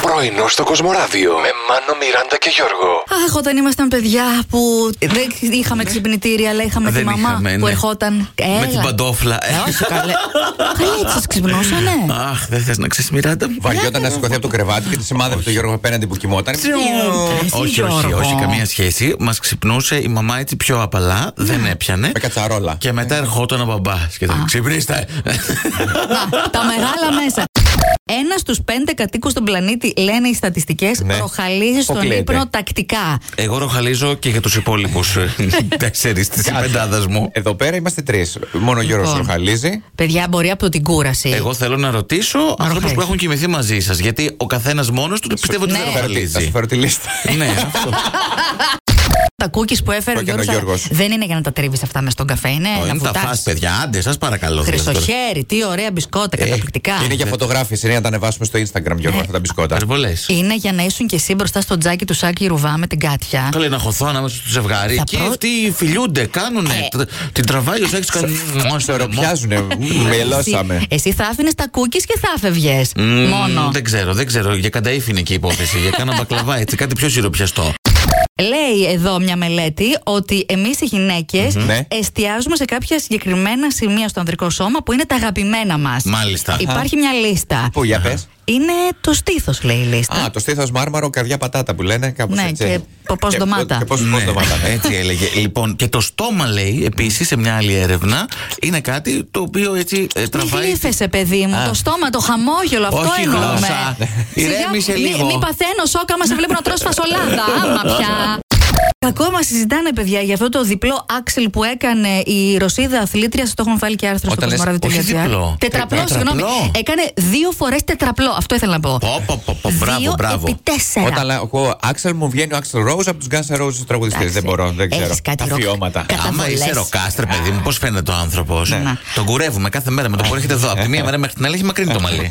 Πρωινό στο Κοσμοράδιο με Μάνο, Μιράντα και Γιώργο. Αχ, όταν ήμασταν παιδιά που δεν είχαμε ξυπνητήρια, αλλά είχαμε Ναι. Δεν τη μαμά είχαμε, ναι. που ερχόταν. Έλα. Με την παντόφλα. Ε, όχι καλέ. καλέ, έτσι σας ξυπνώσανε. Αχ, δεν θες να ξέρεις, Μιράντα Ε, μου. Βαριόταν να σηκωθεί από το κρεβάτι και τη σημάδευε το Γιώργο απέναντι που κοιμόταν. Εσύ, Όχι, όχι, Γιώργο. όχι, καμία σχέση. Μας ξυπνούσε η μαμά έτσι πιο απαλά, Ναι. δεν έπιανε. Με κατσαρόλα. Και μετά ερχόταν ο μπαμπάς και θα ξυπνήστε. Α, τα μεγάλα μέσα. Ένα στου πέντε κατοίκους στον πλανήτη, λένε οι στατιστικές, Ναι. προχαλίζει στον Αποκλείεται. ύπνο τακτικά. Εγώ ροχαλίζω και για ε, τους υπόλοιπους τέσσερις της πεντάδας μου. Ε. Εδώ πέρα είμαστε τρεις. Μόνο ο Γιώργο Λοιπόν. ροχαλίζει. Παιδιά, μπορεί από την κούραση. Εγώ θέλω να ρωτήσω ανθρώπου ροχαλίζει. που έχουν κοιμηθεί μαζί σας. Γιατί ο καθένας μόνος του πιστεύω ότι Ναι. δεν Θα φέρω τη- Θα σου ροχαλίζει. φέρω τη λίστα. Ε, Ναι, αυτό. Τα κούκκι που έφερε ο Το έκανε ο Γιώργος, Γιώργος. Δεν είναι για να τα τρίβεις αυτά μες στον καφέ, είναι. Όχι, να μην τα δηλαδή. βουτάς. φά, παιδιά. Άντε, σας παρακαλώ. Χρυσοχέρι, τι ωραία μπισκότα, Ε, καταπληκτικά. Και Είναι για φωτογράφηση, είναι να τα ανεβάσουμε στο Instagram, Ε. Γιώργο, αυτά τα μπισκότα. Αρβολέ. Είναι για να ήσουν και εσύ μπροστά στο τζάκι του Σάκη Ρουβά με την Κάτια. Καλή να χωθώ ανάμεσα στο ζευγάρι. Θα Και πρω- Ε. αυτοί φιλιούνται, κάνουνε. Τ- Την τραβάει ο Σάκης, κάνει. Ξεροπιάζουνε, ε, μελώσαμε. Εσύ, εσύ θα άφηνες τα κούκκις και θα φεύγε. Μόνο. Δεν ξέρω, δεν ξέρω. Για κανταήφ είναι και η υπόθεση. Για κάνα μπακλαβά, έτσι. Κάτι πιο σιροπιαστό. Λέει εδώ μια μελέτη ότι εμείς οι γυναικε Ναι. εστιάζουμε σε κάποια συγκεκριμένα σημεία στο ανδρικό σώμα που είναι τα αγαπημένα μας. Μάλιστα. Υπάρχει μια λίστα. Πού για πες. Είναι το στήθος, λέει η λίστα. Α, το στήθος μάρμαρο, καρδιά πατάτα που λένε. Κάπως Ναι, έτσι. και ποπός Και- ντομάτα. Και πώς Ναι, ντομάτα. ναι. έτσι έλεγε. Λοιπόν, και το στόμα λέει επίσης σε μια άλλη έρευνα είναι κάτι το οποίο έτσι ε, Μη τραβάει. γλύφεσαι, παιδί μου. Α. Το στόμα, το χαμόγελο, αυτό Όχι εννοούμε. γλώσσα. Σιγά, Ηρέμησε μη- λίγο. Μη παθαίνω σοκ άμα σε βλέπω να τρως φασολάδα. Άμα πια. Ακόμα συζητάνε, παιδιά, για αυτό το διπλό άξιλ που έκανε η Ρωσίδα αθλήτρια. Σα το έχουν βάλει και άρθρο Όταν λες, στο κοσμοράδιο.gr. όχι διπλό. Ε, Τετραπλό, Τετραπλό. συγγνώμη. Έκανε δύο φορές τετραπλό. Αυτό ήθελα να πω. Πω, πω, πω, πω, μπράβο, δύο μπράβο. επί τέσσερα. Όταν λέω εγώ Άξελ μου βγαίνει ο Άξελ Ρόζ από τους Guns N' Roses του τραγουδιστέ. Δεν μπορώ, δεν Έχεις ξέρω. κάτι ροκ- Αφιώματα. κα- Ε, Άμα Καταβολές. είσαι ροκάστρε, παιδί μου, πώς φαίνεται ο άνθρωπος. Ναι. Τον κουρεύουμε κάθε μέρα με το που έρχεται εδώ. Από τη μία μέρα μέχρι την άλλη έχει μακρύνει το μαλλί.